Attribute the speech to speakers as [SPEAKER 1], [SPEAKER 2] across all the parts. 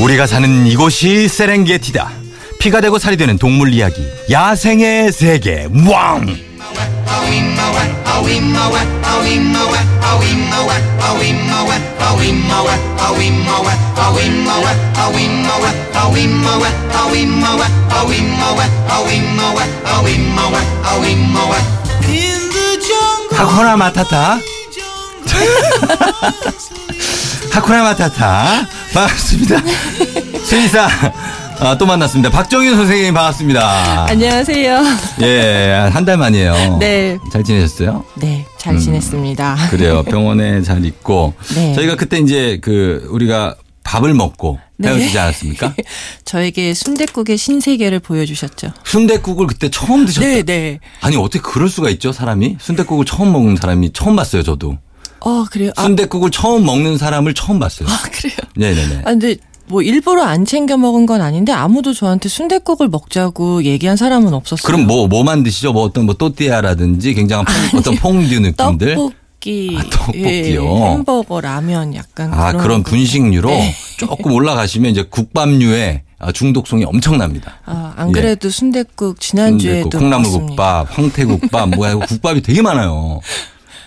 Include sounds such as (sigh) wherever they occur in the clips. [SPEAKER 1] 우리가 사는 이곳이 세렝게티다. 피가 되고 살이 되는 동물 이야기, 야생의 세계, 왕!
[SPEAKER 2] In the jungle,
[SPEAKER 1] 하쿠나 마타타, (laughs) 하쿠나 마타타. 반갑습니다. 수의사, 아, 또 만났습니다. 박정윤 선생님 반갑습니다.
[SPEAKER 3] 안녕하세요.
[SPEAKER 1] 예, 한 달 만이에요.
[SPEAKER 3] 네.
[SPEAKER 1] 잘 지내셨어요?
[SPEAKER 3] (laughs) 네,
[SPEAKER 1] 음.
[SPEAKER 3] 잘 지냈습니다. (laughs)
[SPEAKER 1] 그래요. 병원에 잘 있고.
[SPEAKER 3] 네.
[SPEAKER 1] 저희가 그때 이제 그 우리가 밥을 먹고
[SPEAKER 3] 네.
[SPEAKER 1] 헤어지지 않았습니까?
[SPEAKER 3] 저에게 순댓국의 신세계를 보여주셨죠.
[SPEAKER 1] 순대국을 그때 처음 드셨다.
[SPEAKER 3] 네, 네.
[SPEAKER 1] 아니 어떻게 그럴 수가 있죠 사람이 순대국을 처음 먹는 사람이 처음 봤어요 저도
[SPEAKER 3] 어, 그래요. 아,
[SPEAKER 1] 순대국을 처음 먹는 사람을 처음 봤어요.
[SPEAKER 3] 아, 그래요.
[SPEAKER 1] 네네네.
[SPEAKER 3] 아, 근데 뭐 일부러 안 챙겨 먹은 건 아닌데 아무도 저한테 순댓국을 먹자고 얘기한 사람은 없었어요.
[SPEAKER 1] 그럼 뭐 뭐 만드시죠? 뭐 어떤 뭐 또띠아라든지 굉장한 퐁- 어떤 퐁듀 느낌들.
[SPEAKER 3] 네. 떡볶이,
[SPEAKER 1] 아, 떡볶이요.
[SPEAKER 3] 예, 햄버거, 라면 약간
[SPEAKER 1] 아 그런,
[SPEAKER 3] 거.
[SPEAKER 1] 분식류로
[SPEAKER 3] 네.
[SPEAKER 1] 조금 올라가시면 이제 국밥류의 아, 중독성이 엄청납니다.
[SPEAKER 3] 아, 안 그래도 순댓국 지난주에도
[SPEAKER 1] 예. 순댓국,
[SPEAKER 3] 먹었습니다.
[SPEAKER 1] 콩나물국밥, 황태국밥, 뭐야 이거 국밥이 되게 많아요.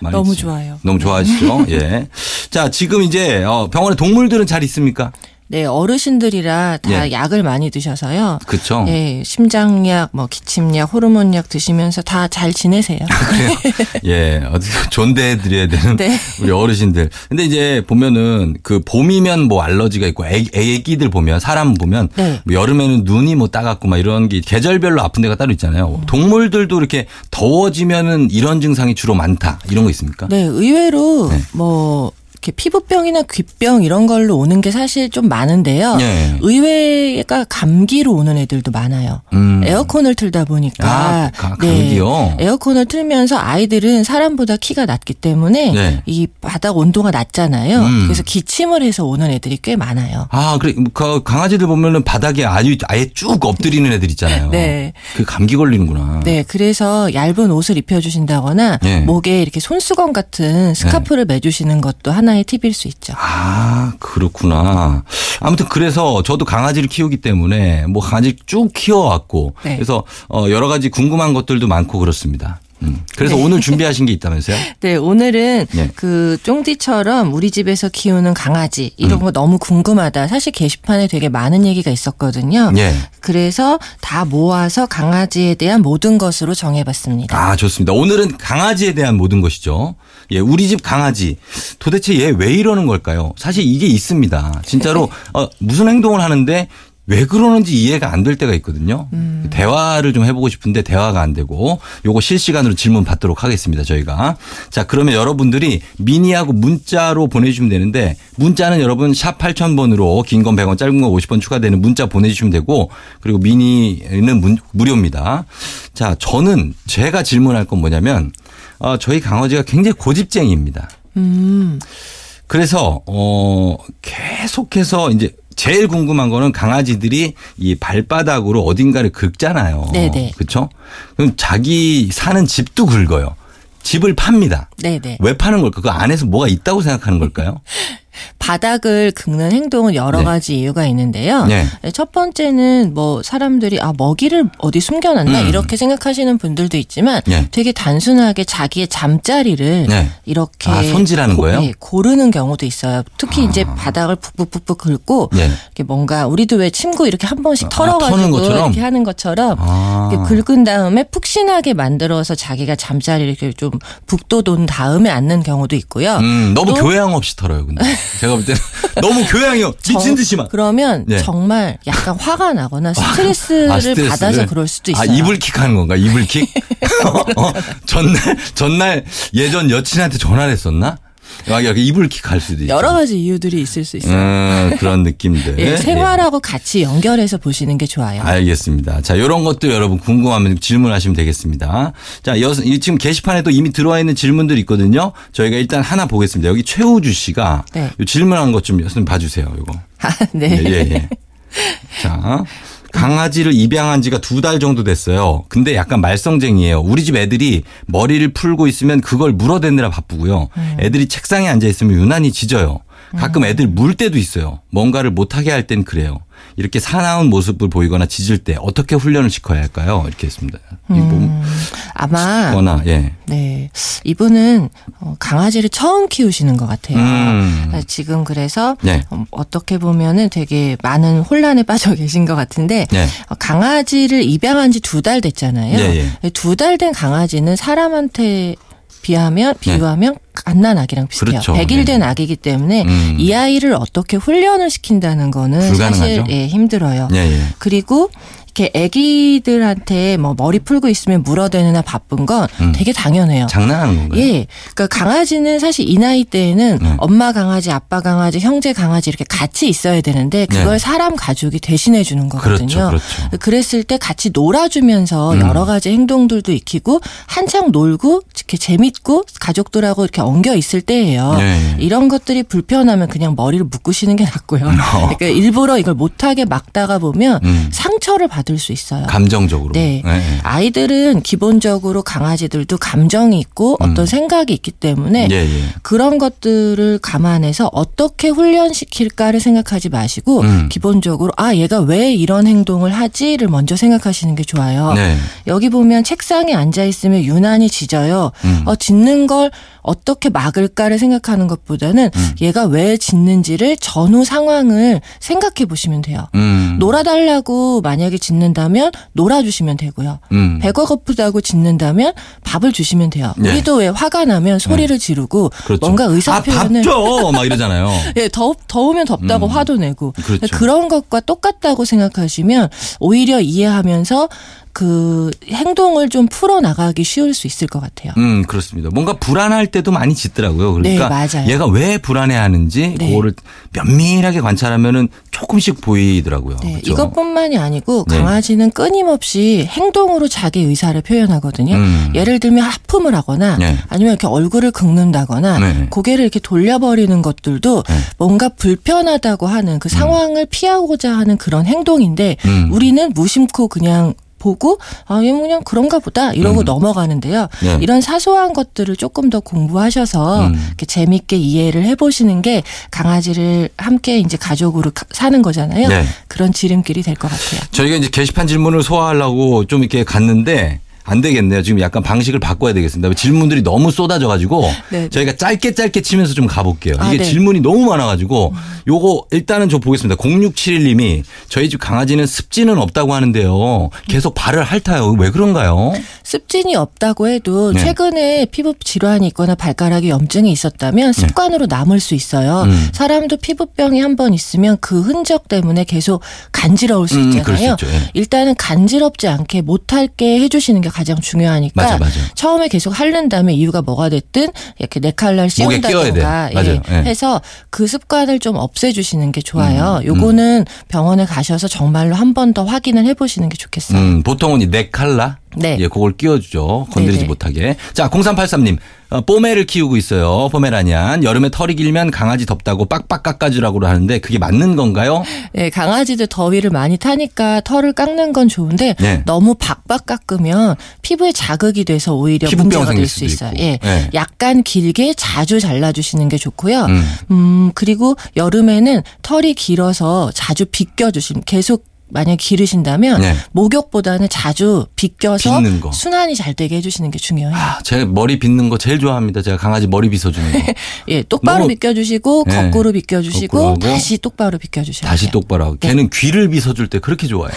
[SPEAKER 1] 많이
[SPEAKER 3] 너무
[SPEAKER 1] 있지.
[SPEAKER 3] 좋아요.
[SPEAKER 1] 너무 좋아하시죠? 예. 자, 지금 이제 어, 병원에 동물들은 잘 있습니까?
[SPEAKER 3] 네, 어르신들이라 다
[SPEAKER 1] 예.
[SPEAKER 3] 약을 많이 드셔서요.
[SPEAKER 1] 그쵸?
[SPEAKER 3] 예, 심장약, 뭐 기침약, 호르몬약 드시면서 다 잘 지내세요.
[SPEAKER 1] 아, (laughs) 예, 어떻게 존대해 드려야 되는
[SPEAKER 3] 네.
[SPEAKER 1] 우리 어르신들. 근데 이제 보면은 그 봄이면 뭐 알러지가 있고 애, 애기들 보면 사람 보면
[SPEAKER 3] 네.
[SPEAKER 1] 뭐 여름에는 눈이 뭐 따갑고 막 이런 게 계절별로 아픈 데가 따로
[SPEAKER 3] 음.
[SPEAKER 1] 있잖아요. 동물들도 이렇게 더워지면은 이런 증상이 주로 많다. 이런 거 있습니까?
[SPEAKER 3] 네, 의외로
[SPEAKER 1] 네.
[SPEAKER 3] 뭐 이렇게 피부병이나 귀병 이런 걸로 오는 게 사실 좀 많은데요.
[SPEAKER 1] 예.
[SPEAKER 3] 의외가 감기로 오는 애들도 많아요.
[SPEAKER 1] 음.
[SPEAKER 3] 에어컨을 틀다 보니까 네.
[SPEAKER 1] 아, 가- 감기요?
[SPEAKER 3] 에어컨을 틀면서 아이들은 사람보다 키가 낮기 때문에
[SPEAKER 1] 네.
[SPEAKER 3] 이 바닥 온도가 낮잖아요.
[SPEAKER 1] 음.
[SPEAKER 3] 그래서 기침을 해서 오는 애들이 꽤 많아요.
[SPEAKER 1] 아, 그래. 그 강아지들 보면은 바닥에 아주 아예 쭉 엎드리는 애들 있잖아요.
[SPEAKER 3] 네.
[SPEAKER 1] 그 감기 걸리는구나.
[SPEAKER 3] 네, 그래서 얇은 옷을 입혀주신다거나
[SPEAKER 1] 예. 네.
[SPEAKER 3] 목에 이렇게 손수건 같은 스카프를 매주시는 것도 하나의 팁일 수 있죠.
[SPEAKER 1] 아, 그렇구나. 아무튼 그래서 저도 강아지를 키우기 때문에 뭐 강아지 쭉 키워왔고
[SPEAKER 3] 네.
[SPEAKER 1] 그래서 어, 여러 가지 궁금한 것들도 많고 그렇습니다. 음. 그래서 오늘 준비하신 게 있다면서요?
[SPEAKER 3] 네, 오늘은
[SPEAKER 1] 예.
[SPEAKER 3] 그 쫑디처럼 우리 집에서 키우는 강아지
[SPEAKER 1] 음.
[SPEAKER 3] 이런 거 너무 궁금하다. 사실 게시판에 되게 많은 얘기가 있었거든요.
[SPEAKER 1] 예.
[SPEAKER 3] 그래서 다 모아서 강아지에 대한 모든 것으로 정해봤습니다.
[SPEAKER 1] 아, 좋습니다. 오늘은 강아지에 대한 모든 것이죠. 예, 우리 집 강아지. 도대체 얘 왜 이러는 걸까요? 사실 이게 있습니다. 진짜로 어, 무슨 행동을 하는데 왜 그러는지 이해가 안 될 때가 있거든요. 대화를 좀 해보고 싶은데 대화가 안 되고 요거 실시간으로 질문 받도록 하겠습니다. 저희가. 어? 자, 그러면 여러분들이 미니하고 문자로 보내주시면 되는데 문자는 여러분 샵 8000번으로 긴 건 100원 짧은 건 50원 추가되는 문자 보내주시면 되고 그리고 미니는 문- 무료입니다. 자, 저는 제가 질문할 건 뭐냐면 어, 저희 강아지가 굉장히 고집쟁이입니다. 그래서 어 계속해서 이제 제일 궁금한 거는 강아지들이 이 발바닥으로 어딘가를 긁잖아요.
[SPEAKER 3] 네네.
[SPEAKER 1] 그렇죠? 그럼 자기 사는 집도 긁어요. 집을 팝니다.
[SPEAKER 3] 네네.
[SPEAKER 1] 왜 파는 걸까? 그 안에서 뭐가 있다고 생각하는 걸까요?
[SPEAKER 3] 바닥을 긁는 행동은 여러
[SPEAKER 1] 네.
[SPEAKER 3] 가지 이유가 있는데요.
[SPEAKER 1] 네.
[SPEAKER 3] 네, 첫 번째는 뭐 사람들이 아 먹이를 어디 숨겨놨나
[SPEAKER 1] 음.
[SPEAKER 3] 이렇게 생각하시는 분들도 있지만
[SPEAKER 1] 네.
[SPEAKER 3] 되게 단순하게 자기의 잠자리를
[SPEAKER 1] 네.
[SPEAKER 3] 이렇게
[SPEAKER 1] 아, 손질하는 거예요? 아.
[SPEAKER 3] 네, 고르는 경우도 있어요. 특히 이제 바닥을 북북북북 긁고
[SPEAKER 1] 네.
[SPEAKER 3] 이렇게 뭔가 우리도 왜 침구 이렇게 한 번씩
[SPEAKER 1] 아, 터는
[SPEAKER 3] 털어가지고
[SPEAKER 1] 것처럼?
[SPEAKER 3] 이렇게 하는 것처럼
[SPEAKER 1] 아.
[SPEAKER 3] 이렇게 긁은 다음에 푹신하게 만들어서 자기가 잠자리를 이렇게 좀 북돋운 다음에 앉는 경우도 있고요.
[SPEAKER 1] 음, 너무
[SPEAKER 3] 또-
[SPEAKER 1] 교양 없이 털어요, 근데. 제가 볼 때는 (laughs) 너무 교양이요. 미친
[SPEAKER 3] 정-
[SPEAKER 1] 듯이만.
[SPEAKER 3] 어, 그러면
[SPEAKER 1] 네.
[SPEAKER 3] 정말 약간
[SPEAKER 1] (laughs)
[SPEAKER 3] 화가 나거나 스트레스를,
[SPEAKER 1] 아, 스트레스를.
[SPEAKER 3] 받아서 그럴 수도 있어요.
[SPEAKER 1] 아, 이불킥 하는 건가? 이불킥? (laughs) 어, 전날, 전날 예전 여친한테 전화를 했었나? 막 이렇게 이불킥 할 수도 있죠.
[SPEAKER 3] 여러 가지 이유들이 있을 수 있어요.
[SPEAKER 1] 음, 그런 느낌들.
[SPEAKER 3] 예,
[SPEAKER 1] 예.
[SPEAKER 3] 생활하고 같이 연결해서 보시는 게 좋아요.
[SPEAKER 1] 알겠습니다. 자, 요런 것도 여러분 궁금하면 질문하시면 되겠습니다. 자, 여, 이 지금 게시판에도 이미 들어와 있는 질문들이 있거든요. 저희가 일단 하나 보겠습니다. 여기 최우주 씨가
[SPEAKER 3] 네.
[SPEAKER 1] 요 질문한 것 좀 봐주세요. 요거.
[SPEAKER 3] 아, (laughs)
[SPEAKER 1] 예,
[SPEAKER 3] 네.
[SPEAKER 1] 예, 예. 자. 강아지를 입양한 지가 두 달 정도 됐어요. 근데 약간 말썽쟁이에요. 우리 집 애들이
[SPEAKER 3] 음.
[SPEAKER 1] 머리를 풀고 있으면 그걸 물어대느라 바쁘고요. 애들이 책상에 앉아 있으면 유난히 짖어요. 가끔 애들 물 때도 있어요. 뭔가를 못하게 할 땐 그래요. 이렇게 사나운 모습을 보이거나 짖을 때 어떻게 훈련을 시켜야 할까요? 이렇게 했습니다. 이 몸,
[SPEAKER 3] 음. 아마
[SPEAKER 1] 거나 예.
[SPEAKER 3] 네 이분은 어, 강아지를 처음 키우시는 것 같아요.
[SPEAKER 1] 음.
[SPEAKER 3] 아, 지금 그래서
[SPEAKER 1] 네.
[SPEAKER 3] 어, 어떻게 보면은 되게 많은 혼란에 빠져 (laughs) 계신 것 같은데
[SPEAKER 1] 네.
[SPEAKER 3] 어, 강아지를 입양한 지 두 달 됐잖아요.
[SPEAKER 1] 예,
[SPEAKER 3] 두 달 된 강아지는 사람한테 비하면 비유하면 갓난 아기랑 비슷해요.
[SPEAKER 1] 네. 그렇죠.
[SPEAKER 3] 100일 된
[SPEAKER 1] 네.
[SPEAKER 3] 아기이기 때문에
[SPEAKER 1] 음.
[SPEAKER 3] 이 아이를 어떻게 훈련을 시킨다는 거는 사실
[SPEAKER 1] 불가능하죠.
[SPEAKER 3] 예, 힘들어요.
[SPEAKER 1] 예, 예.
[SPEAKER 3] 그리고 이렇게 아기들한테 뭐 머리 풀고 있으면 물어대느나 바쁜 건
[SPEAKER 1] 음.
[SPEAKER 3] 되게 당연해요.
[SPEAKER 1] 장난하는 건가요?
[SPEAKER 3] 예. 그러니까 강아지는 사실 이 나이 때에는
[SPEAKER 1] 네.
[SPEAKER 3] 엄마 강아지, 아빠 강아지, 형제 강아지 이렇게 같이 있어야 되는데 그걸
[SPEAKER 1] 네.
[SPEAKER 3] 사람 가족이 대신해 주는 거거든요.
[SPEAKER 1] 그렇죠. 그렇죠.
[SPEAKER 3] 랬을때 같이 놀아주면서
[SPEAKER 1] 음.
[SPEAKER 3] 여러 가지 행동들도 익히고 한창 놀고 이렇게 재밌고 가족들하고 이렇게 엉겨 있을 때예요.
[SPEAKER 1] 예, 예.
[SPEAKER 3] 이런 것들이 불편하면 그냥 머리를 묶으시는 게 낫고요. (laughs) 그러니까 일부러 이걸 못하게 막다가 보면
[SPEAKER 1] 음.
[SPEAKER 3] 상처를 받을 수 있어요.
[SPEAKER 1] 감정적으로.
[SPEAKER 3] 네.
[SPEAKER 1] 예, 예.
[SPEAKER 3] 아이들은 기본적으로 강아지들도 감정이 있고 어떤 생각이 있기 때문에
[SPEAKER 1] 음. 예, 예.
[SPEAKER 3] 그런 것들을 감안해서 어떻게 훈련시킬까를 생각하지 마시고
[SPEAKER 1] 음.
[SPEAKER 3] 기본적으로 아 얘가 왜 이런 행동을 하지를 먼저 생각하시는 게 좋아요.
[SPEAKER 1] 네.
[SPEAKER 3] 여기 보면 책상에 앉아 있으면 유난히 짖어요.
[SPEAKER 1] 음.
[SPEAKER 3] 어, 짖는 걸 어떻게 막을까를 생각하는 것보다는
[SPEAKER 1] 음.
[SPEAKER 3] 얘가 왜 짖는지를 전후 상황을 생각해 보시면 돼요.
[SPEAKER 1] 음.
[SPEAKER 3] 놀아달라고 만약에 짖는다면 놀아주시면 되고요.
[SPEAKER 1] 음.
[SPEAKER 3] 배가 고프다고 짖는다면 밥을 주시면 돼요.
[SPEAKER 1] 네.
[SPEAKER 3] 우리도 왜 화가 나면 소리를 지르고
[SPEAKER 1] 그렇죠.
[SPEAKER 3] 뭔가 의사
[SPEAKER 1] 아,
[SPEAKER 3] 표현을
[SPEAKER 1] 밥줘! 막
[SPEAKER 3] (laughs)
[SPEAKER 1] 이러잖아요.
[SPEAKER 3] 예, 더, 더우면 덥다고 화도 내고
[SPEAKER 1] 그렇죠.
[SPEAKER 3] 런 것과 똑같다고 생각하시면 오히려 이해하면서 그 행동을 좀 풀어 나가기 쉬울 수 있을 것 같아요.
[SPEAKER 1] 음, 그렇습니다. 뭔가 불안할 때도 많이 짖더라고요. 그러니까
[SPEAKER 3] 네, 맞아요.
[SPEAKER 1] 얘가 왜 불안해 하는지
[SPEAKER 3] 네.
[SPEAKER 1] 그거를 면밀하게 관찰하면은 조금씩 보이더라고요.
[SPEAKER 3] 네,
[SPEAKER 1] 그렇죠?
[SPEAKER 3] 이것뿐만이 아니고
[SPEAKER 1] 네.
[SPEAKER 3] 강아지는 끊임없이 행동으로 자기 의사를 표현하거든요.
[SPEAKER 1] 음.
[SPEAKER 3] 예를 들면 하품을 하거나
[SPEAKER 1] 네.
[SPEAKER 3] 아니면 이렇게 얼굴을 긁는다거나
[SPEAKER 1] 네.
[SPEAKER 3] 고개를 이렇게 돌려버리는 것들도
[SPEAKER 1] 네.
[SPEAKER 3] 뭔가 불편하다고 하는 그 상황을 피하고자 하는 그런 행동인데
[SPEAKER 1] 음.
[SPEAKER 3] 우리는 무심코 그냥 보고 아, 얘 그냥 그런가 보다 이러고
[SPEAKER 1] 음.
[SPEAKER 3] 넘어가는데요.
[SPEAKER 1] 네.
[SPEAKER 3] 이런 사소한 것들을 조금 더 공부하셔서
[SPEAKER 1] 음.
[SPEAKER 3] 이렇게 재밌게 이해를 해보시는 게 강아지를 함께 이제 가족으로 가- 사는 거잖아요.
[SPEAKER 1] 네.
[SPEAKER 3] 그런 지름길이 될 것 같아요.
[SPEAKER 1] 저희가 이제 게시판 질문을 소화하려고 좀 이렇게 갔는데 안 되겠네요. 지금 약간 방식을 바꿔야 되겠습니다. 질문들이 너무 쏟아져가지고
[SPEAKER 3] 네.
[SPEAKER 1] 저희가 짧게 짧게 치면서 좀 가볼게요.
[SPEAKER 3] 아,
[SPEAKER 1] 이게
[SPEAKER 3] 네.
[SPEAKER 1] 질문이 너무 많아가지고 요거 일단은 좀 보겠습니다. 0671님이 저희 집 강아지는 습지는 없다고 하는데요. 계속 발을 핥아요. 왜 그런가요?
[SPEAKER 3] 습진이 없다고 해도
[SPEAKER 1] 네.
[SPEAKER 3] 최근에 피부 질환이 있거나 발가락에 염증이 있었다면 습관으로 남을 수 있어요.
[SPEAKER 1] 네. 음.
[SPEAKER 3] 사람도 피부병이 한 번 있으면 그 흔적 때문에 계속 간지러울 수
[SPEAKER 1] 음,
[SPEAKER 3] 있잖아요.
[SPEAKER 1] 그럴 수 있죠. 예.
[SPEAKER 3] 일단은 간지럽지 않게 못할게 해주시는 게 가장 중요하니까
[SPEAKER 1] 맞아, 맞아.
[SPEAKER 3] 처음에 계속 핥는 다음에 이유가 뭐가 됐든 이렇게 네칼날
[SPEAKER 1] 목에 끼워야 돼.
[SPEAKER 3] 씌운다든가
[SPEAKER 1] 맞아요. 예.
[SPEAKER 3] 해서 그 습관을 좀 없애주시는 게
[SPEAKER 1] 음,
[SPEAKER 3] 좋아요. 요거는 병원에 가셔서 정말로 한 번 더 확인을 해보시는 게 좋겠어요.
[SPEAKER 1] 음, 보통은 이 네 칼라.
[SPEAKER 3] 네.
[SPEAKER 1] 예, 그걸 끼워주죠. 건드리지
[SPEAKER 3] 네네.
[SPEAKER 1] 못하게. 자, 0383님. 어, 뽀메를 키우고 있어요. 포메라니안. 여름에 털이 길면 강아지 덥다고 빡빡 깎아주라고 하는데 그게 맞는
[SPEAKER 3] (laughs)
[SPEAKER 1] 건가요?
[SPEAKER 3] 네, 강아지들 더위를 많이 타니까 털을 깎는 건 좋은데
[SPEAKER 1] 네.
[SPEAKER 3] 너무 박박 깎으면 피부에 자극이 돼서 오히려
[SPEAKER 1] 피부병
[SPEAKER 3] 문제가
[SPEAKER 1] 생길
[SPEAKER 3] 될 수
[SPEAKER 1] 수도
[SPEAKER 3] 있어요.
[SPEAKER 1] 있고.
[SPEAKER 3] 예.
[SPEAKER 1] 네.
[SPEAKER 3] 약간 길게 자주 잘라주시는 게 좋고요. 음.
[SPEAKER 1] 음.
[SPEAKER 3] 그리고 여름에는 털이 길어서 자주 빗겨주시면 계속 만약 기르신다면
[SPEAKER 1] 네.
[SPEAKER 3] 목욕보다는 자주 빗겨서
[SPEAKER 1] 빗는 거.
[SPEAKER 3] 순환이 잘 되게 해주시는 게 중요해요.
[SPEAKER 1] 아, 제 머리 빗는 거 제일 좋아합니다. 제가 강아지 머리 빗어주는
[SPEAKER 3] (laughs)
[SPEAKER 1] 거.
[SPEAKER 3] 예, 똑바로
[SPEAKER 1] 너무-
[SPEAKER 3] 빗겨주시고
[SPEAKER 1] 예.
[SPEAKER 3] 거꾸로 빗겨주시고
[SPEAKER 1] 거꾸로 하고
[SPEAKER 3] 다시 똑바로 빗겨주셔야
[SPEAKER 1] 다시
[SPEAKER 3] 돼요.
[SPEAKER 1] 똑바로 하고. 걔는 귀를 빗어줄 때 그렇게
[SPEAKER 3] (laughs)
[SPEAKER 1] 좋아해요.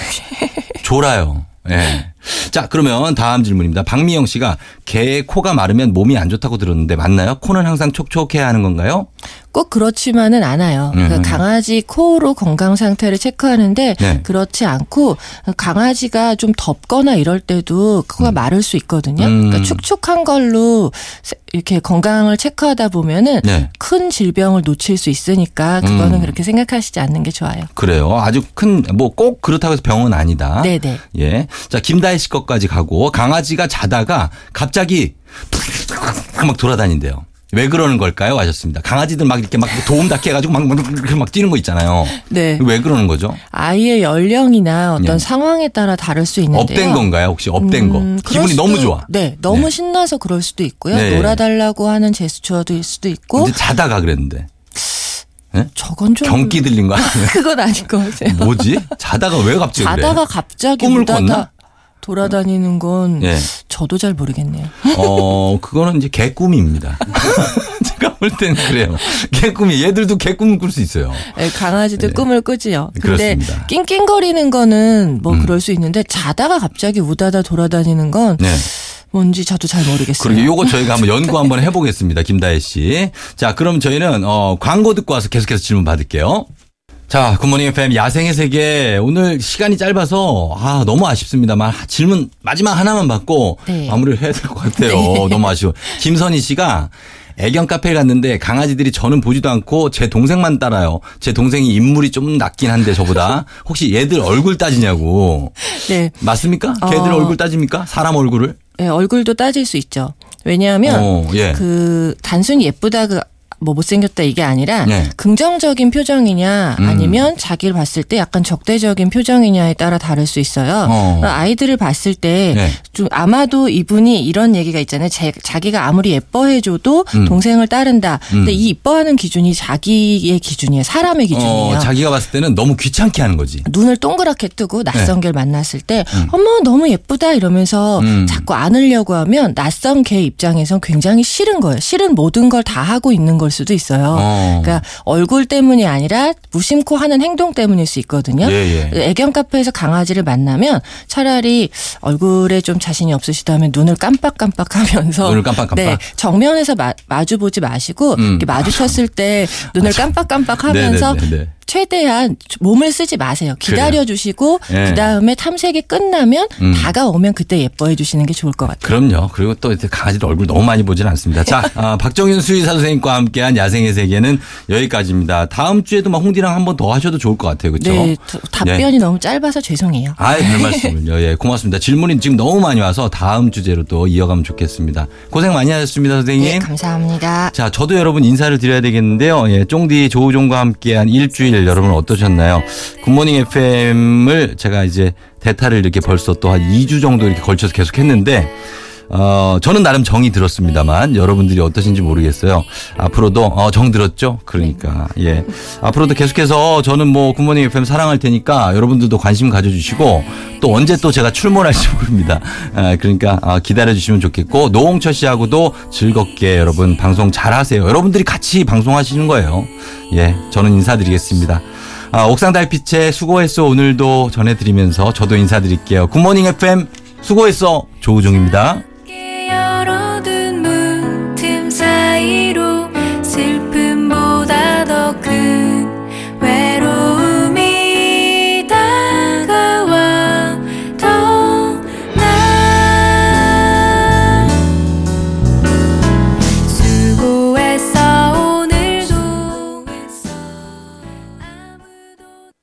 [SPEAKER 1] 졸아요. 예. 자, 그러면 다음 질문입니다. 박미영 씨가 개의 코가 마르면 몸이 안 좋다고 들었는데 맞나요? 코는 항상 촉촉해야 하는 건가요?
[SPEAKER 3] 꼭 그렇지만은 않아요. 그러니까
[SPEAKER 1] 음.
[SPEAKER 3] 강아지 코로 건강 상태를 체크하는데
[SPEAKER 1] 네.
[SPEAKER 3] 그렇지 않고 강아지가 좀 덥거나 이럴 때도 코가 마를 수 있거든요.
[SPEAKER 1] 음.
[SPEAKER 3] 그러니까 축축한 걸로 세- 이렇게 건강을 체크하다 보면은
[SPEAKER 1] 네.
[SPEAKER 3] 큰 질병을 놓칠 수 있으니까 그거는
[SPEAKER 1] 음.
[SPEAKER 3] 그렇게 생각하시지 않는 게 좋아요.
[SPEAKER 1] 그래요. 아주 큰 뭐 꼭 그렇다고 해서 병은 아니다.
[SPEAKER 3] 네네.
[SPEAKER 1] 예. 자, 김다혜 씨 것까지 가고 강아지가 자다가 갑자기 막 돌아다닌대요. 왜 그러는 걸까요? 하셨습니다. 강아지들 막 이렇게 막 도움 닫기 해가지고 막, 막, 이렇게 막 뛰는 거 있잖아요.
[SPEAKER 3] 네.
[SPEAKER 1] 왜 그러는 거죠?
[SPEAKER 3] 아이의 연령이나 어떤
[SPEAKER 1] 네.
[SPEAKER 3] 상황에 따라 다를 수 있는데요.
[SPEAKER 1] 업된 건가요? 혹시 업된
[SPEAKER 3] 음,
[SPEAKER 1] 거?
[SPEAKER 3] 그럴
[SPEAKER 1] 기분이
[SPEAKER 3] 수도-
[SPEAKER 1] 너무 좋아.
[SPEAKER 3] 네, 너무
[SPEAKER 1] 네.
[SPEAKER 3] 신나서 그럴 수도 있고요.
[SPEAKER 1] 네.
[SPEAKER 3] 놀아달라고 하는 제스처일 수도 있고
[SPEAKER 1] 근데 자다가 그랬는데. 예?
[SPEAKER 3] 저건 좀
[SPEAKER 1] 경기 들린 거 아니에요?
[SPEAKER 3] (laughs) 그건 아닌 것 같아요.
[SPEAKER 1] 음. 뭐지? 자다가 왜 갑자기
[SPEAKER 3] 자다가
[SPEAKER 1] 그래?
[SPEAKER 3] 갑자기
[SPEAKER 1] 네. 꿈을
[SPEAKER 3] 오다가
[SPEAKER 1] 꿨나?
[SPEAKER 3] 돌아다니는 건
[SPEAKER 1] 예.
[SPEAKER 3] 저도 잘 모르겠네요.
[SPEAKER 1] 어, 그거는 이제 개꿈입니다. (laughs) 제가 볼 때는 그래요. 개꿈이 얘들도 개꿈을 꿀 수 있어요.
[SPEAKER 3] 예, 강아지도
[SPEAKER 1] 예.
[SPEAKER 3] 꿈을 꾸지요. 근데
[SPEAKER 1] 그렇습니다.
[SPEAKER 3] 낑낑거리는 거는 뭐
[SPEAKER 1] 음.
[SPEAKER 3] 그럴 수 있는데 자다가 갑자기 우다다 돌아다니는 건
[SPEAKER 1] 네.
[SPEAKER 3] 뭔지 저도 잘 모르겠어요.
[SPEAKER 1] 그러게 요거 저희가 한번 연구 한번 해보겠습니다. 김다혜 씨. 자, 그럼 저희는 어, 광고 듣고 와서 계속해서 질문 받을게요. 자, 굿모닝 FM 야생의 세계 오늘 시간이 짧아서 아 너무 아쉽습니다만 질문 마지막 하나만 받고
[SPEAKER 3] 네.
[SPEAKER 1] 마무리를 해야 될 것 같아요. 너무 아쉬워. 김선희 씨가 애견 카페에 갔는데 강아지들이 저는 보지도 않고 제 동생만 따라요. 제 동생이 인물이 좀 낮긴 한데 저보다 혹시 얘들 얼굴 따지냐고
[SPEAKER 3] 네.
[SPEAKER 1] 맞습니까? 걔들
[SPEAKER 3] 어.
[SPEAKER 1] 얼굴 따집니까? 사람 얼굴을?
[SPEAKER 3] 예, 얼굴도 따질 수 있죠. 왜냐하면
[SPEAKER 1] 어, 예.
[SPEAKER 3] 그 단순히 예쁘다 그 뭐 못생겼다 이게 아니라
[SPEAKER 1] 네.
[SPEAKER 3] 긍정적인 표정이냐
[SPEAKER 1] 음.
[SPEAKER 3] 아니면 자기를 봤을 때 약간 적대적인 표정이냐에 따라 다를 수 있어요.
[SPEAKER 1] 어.
[SPEAKER 3] 그러니까 아이들을 봤을 때
[SPEAKER 1] 네.
[SPEAKER 3] 좀 아마도 이분이 이런 얘기가 있잖아요. 제- 자기가 아무리 예뻐해줘도
[SPEAKER 1] 음.
[SPEAKER 3] 동생을 따른다. 근데 이 이뻐하는 기준이 자기의 기준이에요. 사람의 기준이에요.
[SPEAKER 1] 어, 자기가 봤을 때는 너무 귀찮게 하는 거지.
[SPEAKER 3] 눈을 동그랗게 뜨고 낯선 개를 만났을 때 어머 너무 예쁘다 이러면서
[SPEAKER 1] 네. 음.
[SPEAKER 3] 자꾸 안으려고 하면 낯선 개 입장에선 굉장히 싫은 거예요. 싫은 모든 걸 다 하고 있는 걸 수도 있어요.
[SPEAKER 1] 어.
[SPEAKER 3] 그러니까 얼굴 때문이 아니라 무심코 하는 행동 때문일 수 있거든요. 그
[SPEAKER 1] 예, 예.
[SPEAKER 3] 애견 카페에서 강아지를 만나면 차라리 얼굴에 좀 자신이 없으시다면 눈을 깜빡깜빡하면서
[SPEAKER 1] 눈을 깜빡깜빡?
[SPEAKER 3] 네, 정면에서 마, 마주보지 마시고
[SPEAKER 1] 음.
[SPEAKER 3] 이렇게 마주쳤을 때 눈을 깜빡깜빡하면서
[SPEAKER 1] 네, 네, 네, 네.
[SPEAKER 3] 최대한 몸을 쓰지 마세요. 기다려 주시고
[SPEAKER 1] 예.
[SPEAKER 3] 그다음에 탐색이 끝나면
[SPEAKER 1] 음.
[SPEAKER 3] 다가오면 그때 예뻐해 주시는 게 좋을 것 같아요.
[SPEAKER 1] 그럼요. 그리고 또 이제 강아지들 얼굴 너무 많이 보진 않습니다.
[SPEAKER 3] (laughs)
[SPEAKER 1] 자, 아, 박정윤 수의사 선생님과 함께한 야생의 세계는 여기까지입니다. 다음 주에도 막 홍디랑 한 번 더 하셔도 좋을 것 같아요. 그렇죠?
[SPEAKER 3] 네, 저- 답변이 너무 짧아서 죄송해요.
[SPEAKER 1] 아이, 별 말씀을요. 예, 고맙습니다. 질문이 지금 너무 많이 와서 다음 주제로 또 이어가면 좋겠습니다. 고생 많이 하셨습니다, 선생님.
[SPEAKER 3] 네, 감사합니다.
[SPEAKER 1] 자, 저도 여러분 인사를 드려야 되겠는데요. 예, 쫑디 조우종과 함께한 일주일 여러분 어떠셨나요? 굿모닝 FM을 제가 이제 대타를 이렇게 벌써 또 한 2주 정도 이렇게 걸쳐서 계속 했는데, 어, 저는 나름 정이 들었습니다만 여러분들이 어떠신지 모르겠어요. 앞으로도, 어, 정 들었죠? 그러니까, 예. 앞으로도 계속해서 저는 뭐 굿모닝 FM 사랑할 테니까 여러분들도 관심 가져주시고 또 언제 또 제가 출몰할지 (laughs) 모릅니다. 아, 그러니까 아, 기다려주시면 좋겠고 노홍철 씨하고도 즐겁게 여러분 방송 잘하세요. 여러분들이 같이 방송하시는 거예요. 예, 저는 인사드리겠습니다. 아, 옥상 달빛에 수고했어 오늘도 전해드리면서 저도 인사드릴게요. 굿모닝 FM 수고했어 조우종입니다.
[SPEAKER 2] 깊게 열어둔 문틈 사이로